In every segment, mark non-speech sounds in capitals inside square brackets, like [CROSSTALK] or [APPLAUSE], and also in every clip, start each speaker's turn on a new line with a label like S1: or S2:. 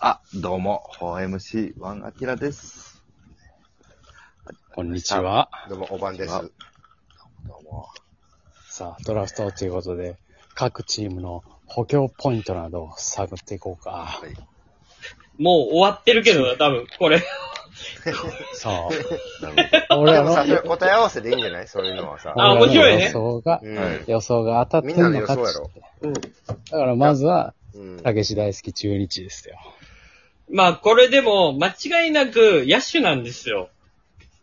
S1: あ、どうも、4MC1 アキラです。
S2: こんにちは。
S3: どうも、おばんです。
S1: あどうも。
S2: さあ、ドラフトということで、各チームの補強ポイントなどを探っていこうか。
S1: はい。
S4: もう終わってるけ [LAUGHS] どな、多分、これ。
S2: そう。
S1: なるほ
S2: [LAUGHS] 俺
S3: で
S2: ら
S3: [LAUGHS] もさ、それ
S2: の、
S3: 答え合わせでいいんじゃないそういうのはさ。
S4: あ面白
S2: 俺ら
S4: いね
S2: の予想が、
S3: うん。
S1: はい
S2: 予想が当たってんのか
S3: みんなの予想やろ
S2: ってだからまずは、
S3: うん。
S2: たけし大好き中日ですよ。
S4: まあ、これでも、間違いなく、野手なんですよ。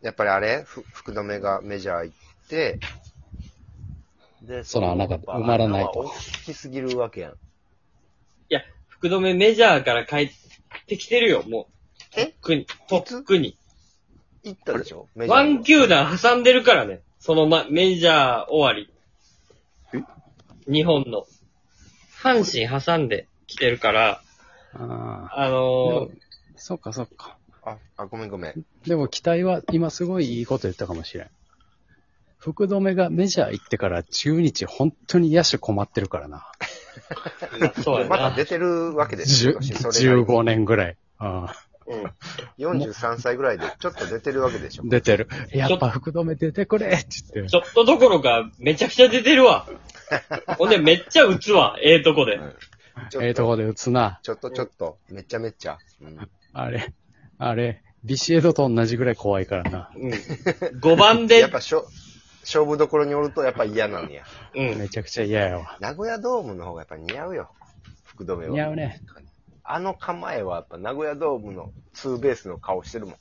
S3: やっぱりあれふ福留がメジャー行って、
S1: ど。で、
S2: その穴が埋まらないと
S1: 穴は大きすぎるわけやん。
S4: 福留メジャーから帰ってきてるよ、もう。
S3: え
S4: 特に。特に。
S3: 行ったでしょメジャ
S4: ワ
S3: ー
S4: ン
S3: の。
S4: 球団挟んでるからね。そのま、メジャー終わり。日本の。阪神挟んできてるから、
S2: あ
S4: あ
S2: あ。で
S4: の
S2: も
S4: ー、
S2: そっかそっか。
S3: あ、あ、ごめんごめん。
S2: でも期待は今すごいいいこと言ったかもしれん。福留がメジャー行ってから中日本当に野手困ってるから
S3: [LAUGHS]
S2: な。
S4: まあそうや
S3: また
S4: な。
S3: 出てるわけです
S2: じゅ
S3: よ。
S2: 15年ぐらい。うん
S3: うん。43歳ぐらいでちょっと出てるわけでしょ。
S2: 出てる。やっぱ福留出てくれって言って。
S4: ちょっとどころか、めちゃくちゃ出て
S3: [LAUGHS]
S4: るわ。ほんで、めっちゃ打つわ、ええとこで。
S3: ちょ
S2: ええ
S3: っ
S2: と
S3: と、
S2: こで打つな。
S3: ちょっとちょっと、めちゃめちゃ。うん。
S2: あれ、あれ、ビシエドと同じぐらい怖いからな。
S4: うん。5番
S3: [LAUGHS]
S4: で
S3: やっ、ぱしょ、勝負どころにおるとやっぱ嫌なのや。
S4: うん。
S2: めちゃくちゃ嫌やわ。
S3: 名古屋ドームの方がやっぱ似合うよ。福留は。
S2: 似合うね。
S3: あの構えはやっぱ名古屋ドームのツーベースの顔してるもん。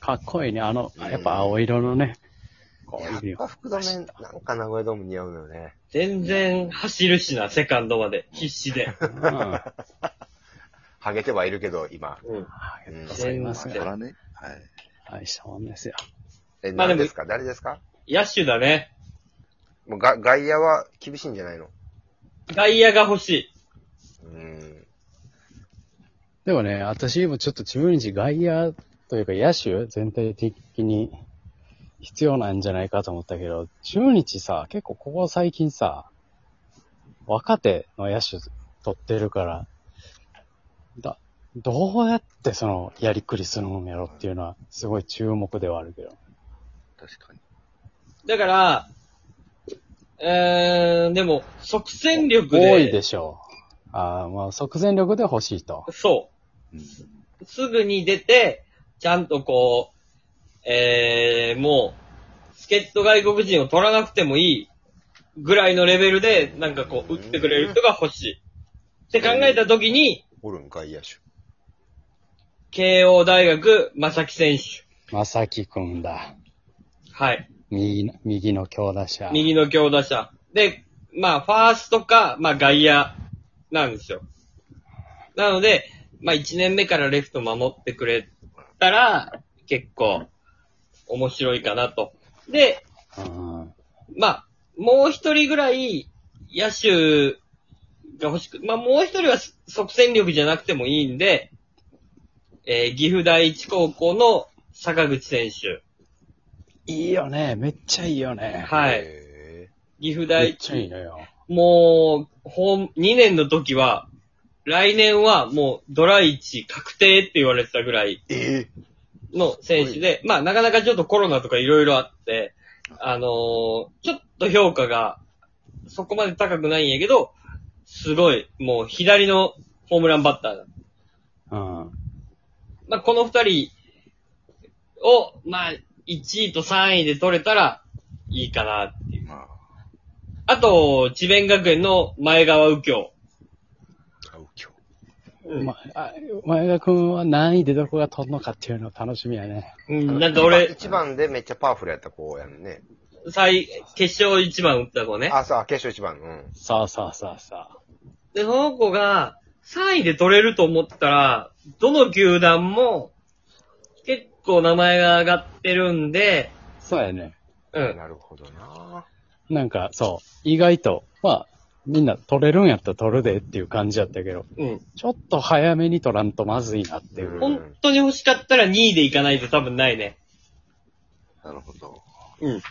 S2: かっこいいね。あの、やっぱ青色のね。こ
S3: やっ
S2: ういう
S3: ぱ福留、なんか名古屋ドーム似合うのよね。
S4: 全然走るしな、セカンドまで。必死で。
S2: [LAUGHS] うん。
S3: ハゲてはいるけど、今。
S4: うん。
S3: うん、
S2: 助かります
S1: そ
S2: よ。
S1: らね。はい。
S2: 大したもんですよ。
S3: え、
S4: まあで
S3: 何
S4: も
S3: ですか誰ですか
S4: 野手だね。
S3: もうが外野は厳しいんじゃないの
S4: 外野が欲しい。
S3: うん。
S2: でもね、私今ちょっと中日外野というか野手全体的に必要なんじゃないかと思ったけど、中日さ、結構ここ最近さ、若手の野手取ってるから、だ、どうやってそのやりくりするんやろっていうのはすごい注目ではあるけど。
S1: 確かに。
S4: だから、うーん、でも、即戦力で。
S2: 多いでしょう。ああ、まあ即戦力で欲しいと。
S4: そ
S1: うん
S4: う。すぐに出て、ちゃんとこう、えー、もう、助っ人外国人を取らなくてもいいぐらいのレベルで、なんかこう、打ってくれる人が欲しい。って考えたときに、
S3: おるん、外野手。
S4: 慶応大学、正木選手。
S2: まさきくんだ。
S4: はい。
S2: 右の、右の強打者。
S4: 右の強打者。で、まあ、ファーストか、まあ、外野なんですよ。なので、まあ、1年目からレフト守ってくれたら、結構、面白いかなと。で、
S2: うん。
S4: まあ、もう一人ぐらい、野手が欲しく、まあ、もう一人は即戦力じゃなくてもいいんで、えー岐阜第一高校の坂口選手。
S2: いいよね。めっちゃいいよね。
S4: はい。
S3: へ
S4: 岐阜
S2: め
S4: 第
S2: っ
S4: 一
S2: ちゃいいのよ。
S4: もう、ほん、2年の時は、来年はもうドラ1確定って言われてたぐらい
S3: ええ
S4: の選手で、まあなかなかちょっとコロナとかいろいろあって、あのーちょっと評価がそこまで高くないんやけど、すごい、もう左のホームランバッターだ。
S2: うん。
S4: まあこの2人を、まあ1位と3位で取れたらいいかなっていう。
S1: ま
S4: あと、智弁学園の前川右京。
S3: ー、うきょ
S4: うん
S2: ま、あ前田君は何位でどこが取るのかっていうの楽しみやね。
S4: うん、なんか俺、
S3: 一番でめっちゃパワフルやった子やんね。
S4: 最、決勝一番打った子ね。
S3: あ、そう、あ決勝一番。うん。
S2: さあさあさあさあ。
S4: で、その子が3位で取れると思ったら、どの球団も結構名前が上がってるんで、
S2: そうやね。
S4: うん。
S3: なるほどな
S2: なんか、そう。意外と、まあ、みんな取れるんやったら取るでっていう感じやったけど、
S4: うん。
S2: ちょっと早めに取らんとまずいなっていう。
S3: うん
S4: 本当に欲しかったら2位でいかないと多分ないね。
S1: あ、なるほど。
S4: うん。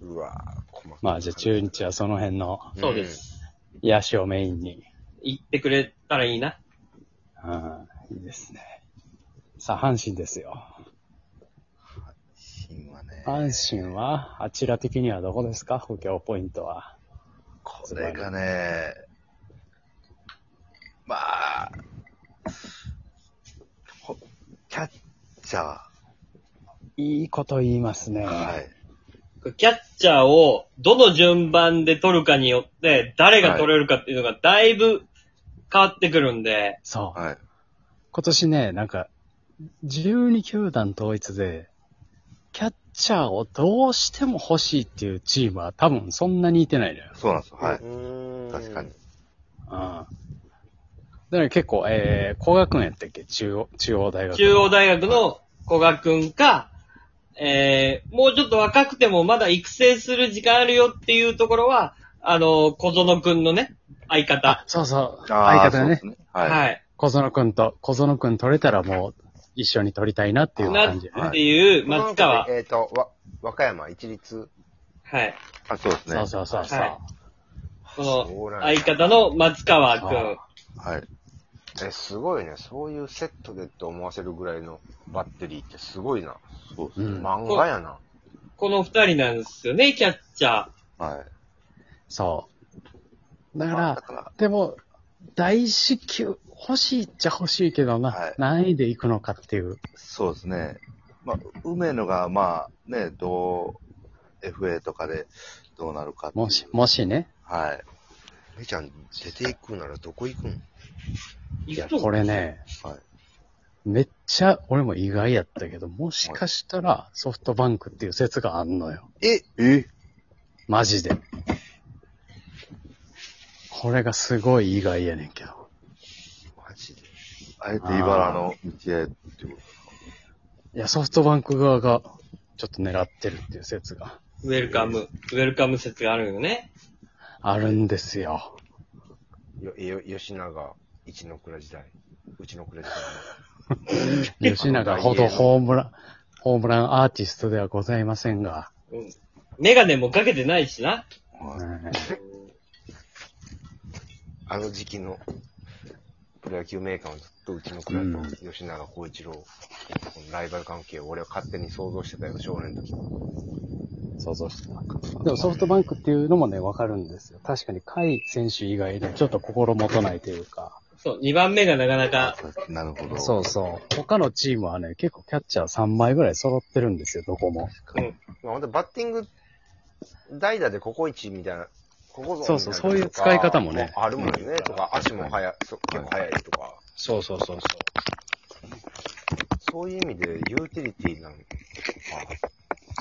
S3: うわぁ、細かい
S2: まあじゃあ中日はその辺の
S4: そうです。
S2: 野手をメインに。
S4: 行ってくれたらいいな。
S2: うん、いいですね。さあ、阪神ですよ。
S1: 芯はね、
S2: 阪神は、あちら的にはどこですか補強ポイントは。
S1: これがね、まあ、ほキャッチャー。
S2: いいこと言いますね。
S1: はい。
S4: キャッチャーをどの順番で取るかによって、誰が取れるかっていうのがだいぶ変わってくるんで、
S2: そう。
S1: はい。
S2: 今年ね、なんか、12球団統一で、キャッチャーをどうしても欲しいっていうチームは多分そんなにいてないのよ。
S1: そうなんですよ。はい。
S3: い
S1: 確かに。。
S2: うん。だから結構、えー、工学園やったっけ中央、中央大学。
S4: 中央大学の古賀くんか、えー、もうちょっと若くてもまだ育成する時間あるよっていうところは、あの、小園くんのね、相
S2: あ
S4: 方。、
S2: そうそう。
S1: あー
S2: 相方
S1: そう
S2: ね
S1: です。はい。。
S4: はいい。
S2: 小園くんと、小園くん取れたらもう一緒に取りたいなっていう
S4: な
S2: 感じ。
S4: っていう、
S3: この
S4: 松
S3: 中
S4: 川。
S3: でえっ、と、わ、和歌山一律。
S4: はい。
S1: あ、そうですね。
S2: そうそうそうそう。
S4: はいこ
S3: そうな
S4: の
S3: ん
S4: 相
S3: や
S4: 方の松川
S2: そ
S4: く。
S2: うん
S1: はい。
S3: え、すごいね。そういうセットでって思わせるぐらいのバッテリーってすごいな。
S1: そうですね。
S2: うん
S3: 漫画やな。
S4: この二人なんですよね、キャッチャー。
S1: はい。
S2: そう。だか
S1: まあだ
S2: ら、
S1: から、
S2: でも、大至急、欲しいっちゃ欲しいけどな、
S1: はい
S2: 何位で行くのかっていう。
S1: そうですね。まあ、梅野が、まあ、ね、どう、FA とかでどうなるかっていう
S2: もし、もしね。
S1: はい。
S3: めちゃん、出ていくならどこ行くん
S4: い
S2: いや、
S4: くと
S2: これね、
S1: はい。
S2: めっちゃ、俺も意外やったけど、もしかしたらソフトバンクっていう説があんのよ。
S1: ええ
S2: マジで。これがすごい意外やねんけど。
S1: マジで。あえて茨の道へっていうこ
S2: いや、ソフトバンク側が、ちょっと狙ってるっていう説が
S4: ウェルカム、ウェルカム説があるよね。
S2: あるんですよ。
S3: よ、よ、吉永、一の倉時代。うちの倉時代
S2: 吉永ほどホームラン、ホームランアーティストではございませんが、
S4: うんメガネもかけてないしな。
S1: と。は
S2: う
S1: い。
S2: ん
S3: の。あの時期の、プロ野球メーカーはずっとうちの倉と吉永孝一郎、このライバル関係を俺は勝手に想像してたよ、少年の時。
S2: 想像してなかった。でもソフトバンクっていうのもね、わかるんですよ。確かに、甲斐選手以外でちょっと心もとないというか、
S4: そう、二番目がなかなか、
S1: なるほど。
S2: そうそう。他のチームはね、結構キャッチャー3枚ぐらい揃ってるんですよ、どこも。
S4: うん、
S3: まあ、ほんとバッティング、代打でココイチみたいな、ここぞみたいな
S2: そうそうそういう使い方もね
S3: あるもんね、とか、足も速い、そ結構速いとか、
S2: そうそうそうそう。
S3: そういう意味でユーティリティなのか。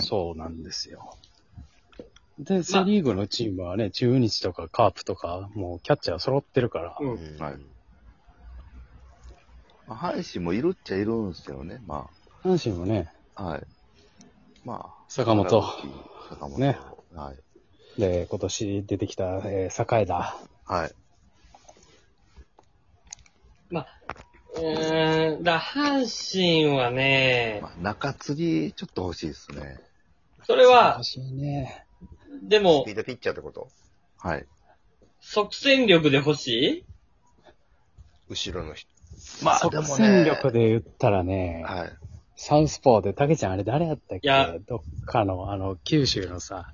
S2: そうなんですよ。で、セリーグのチームはね、中日とかカープとか、もうキャッチャー揃ってるから、
S4: う
S3: ん
S4: ん。
S1: はいまあ阪神もいるっちゃいるんですけどね。ま
S2: 阪神もね、
S1: あ、はい。まあ。
S2: 坂本。
S1: 坂本。
S2: ね
S1: はい。
S2: で、今年出てきた、えー、栄田。
S1: はい。
S4: うーん、だ、阪神はね
S1: ま、あ、中継ぎ、ちょっと欲しいですね。
S4: それは
S2: 欲、しいね。
S4: でも
S3: スピ、ードピッチャーってこと
S1: はい。
S4: 即戦力で欲しい
S3: 後ろの人。
S1: まあ、で
S2: 即
S1: も
S2: 戦
S1: ね。
S2: 力で言ったらね、
S1: はい。
S2: サウスポーで、たけちゃんあれ誰やったっ
S4: いや
S2: けどっかの、あの、九州のさ、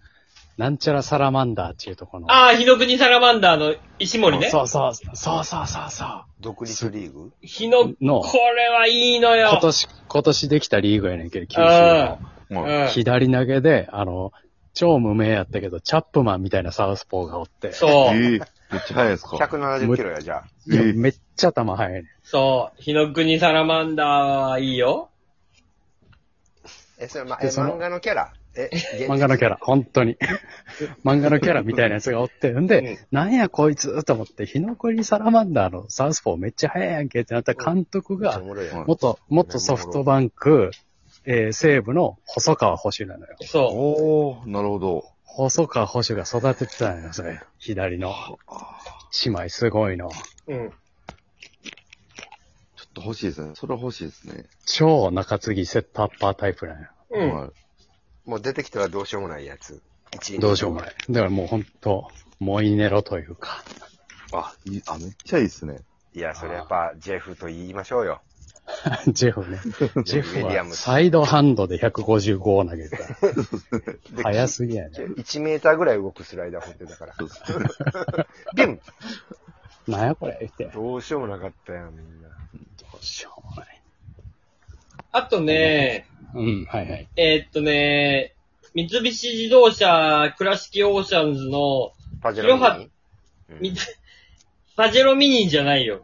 S2: なんちゃらサラマンダーっていうところの。
S4: ああ、日の国サラマンダーの石森ね。
S2: そうそう、そうそうそうそう。
S3: 独立リーグ
S4: 日の、
S2: の
S4: これはいいの
S2: 今
S4: よ。
S2: 年、今年できたリーグやねんけど、九州
S4: あ
S2: の。
S1: もう
S4: うん
S2: 左投げで、あの、超無名やったけど、チャップマンみたいなサウスポーがおって。
S4: そう、
S1: ええめっちゃ早いですか。
S3: ?170 キロや、じゃあ。
S2: いやめっちゃ球速いねん。
S4: そう、日の国サラマンダーはいいよ。
S3: え、それ、ま、え、
S2: でその
S3: 漫画のキャラえ、
S2: 漫画のキャ
S3: ラ。
S2: ラ、本当
S4: [LAUGHS]
S2: に。漫画のキャラみたいなやつがおって、んで、なんやこいつと思って、日の国サラマンダーのサウスポーめっちゃ速いやんけってなったら監督
S3: めっちゃ
S2: が
S3: お、もろいやん
S1: うん
S2: 元、元ソフトバンク、えー西武の細川捕手なのよ。
S4: そ
S1: おー、なるほど。
S2: 細川捕手が育ててたのよ、それ。左の。姉妹すごいの。
S4: う。うん。
S1: ちょっと欲しいですね。それは欲しいですね。
S2: 超中継ぎセットアッパータイプなんよ。
S4: うん。
S1: はい。
S3: もう出てきたらどうしようもないやつ。一
S2: どうしようもない。だからもう本当、モイネロというか。 [LAUGHS]
S1: あ、いい、あ、めっちゃいいですね。
S3: いや、それやっぱ、ジェフと言いましょうよ。
S2: ジェフ
S3: [LAUGHS]
S2: ね。ジェフ
S3: ウィリア
S2: は
S3: ムス
S2: サイドハンドで155を投げてた。
S3: [LAUGHS] で
S2: 早すぎやね。
S3: 1メーターぐらい動くスライダー掘ってたから。
S1: そうそう
S3: ビュン
S2: なんやこれって。ど
S3: どうしようもなかったよ、みんな。
S2: うしようもない。
S4: あとね、
S2: うん、はいはい。
S4: えーっとね、三菱自動車、倉敷オーシャンズの、
S3: パジェロミニ
S4: み [LAUGHS] パジェロミニじゃないよ。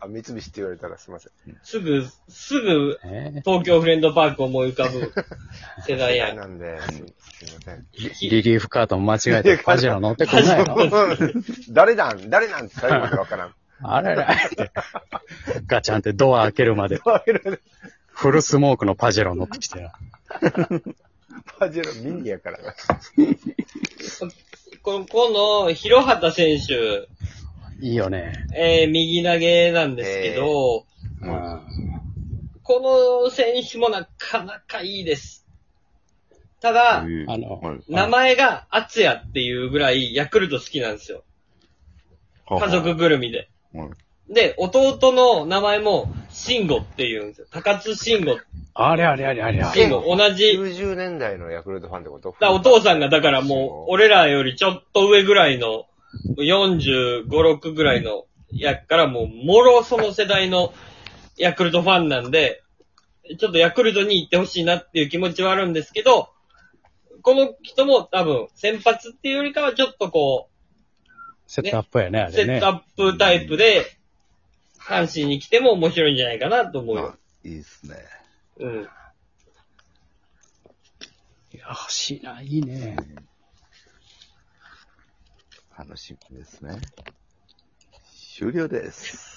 S3: あ、三菱って言われたらすいません。
S4: すぐ、すぐ、
S2: え
S4: 東京フレンドパーク思い浮かぶ世代やん。
S3: なんで、すすいません。
S2: ー、リリーフカートも間違えてパジェロ乗ってこないの
S3: 誰なん [LAUGHS] 誰なんって最後までわからん。
S2: あれら。 [LAUGHS] ガチャンってドア開けるまで、フルスモークのパジェロ乗ってきてな。
S3: パジェロミニやからな。
S4: ここの、広畑選手、
S2: いいよね。
S4: えー、右投げなんですけど、
S2: うん。
S4: この選手もなかなかいいです。ただ、
S2: あの
S1: はい
S4: 名前が厚也っていうぐらいヤクルト好きなんですよ。家族ぐるみで。
S1: はい
S4: で、弟の名前も、慎吾っていうんですよ。高津慎吾。
S2: あれあれあれあれあれ。
S4: 慎吾、同じ。
S3: 90年代のヤクルトファンってこと
S4: だからお父さんがだからもう、俺らよりちょっと上ぐらいの、45、6ぐらいの、やっからもう、もろその世代のヤクルトファンなんで、ちょっとヤクルトに行ってほしいなっていう気持ちはあるんですけど、この人も多分、先発っていうよりかはちょっとこ
S2: セットアップやね、あ
S4: う、
S2: れ
S4: セッ
S2: ね
S4: ト。アップタイプで、阪神に来ても面白いんじゃないかなと思うよ
S1: あ。いいですね。
S4: うん。
S2: いや、欲しいな、いいね。
S1: 楽しみですね。終了です。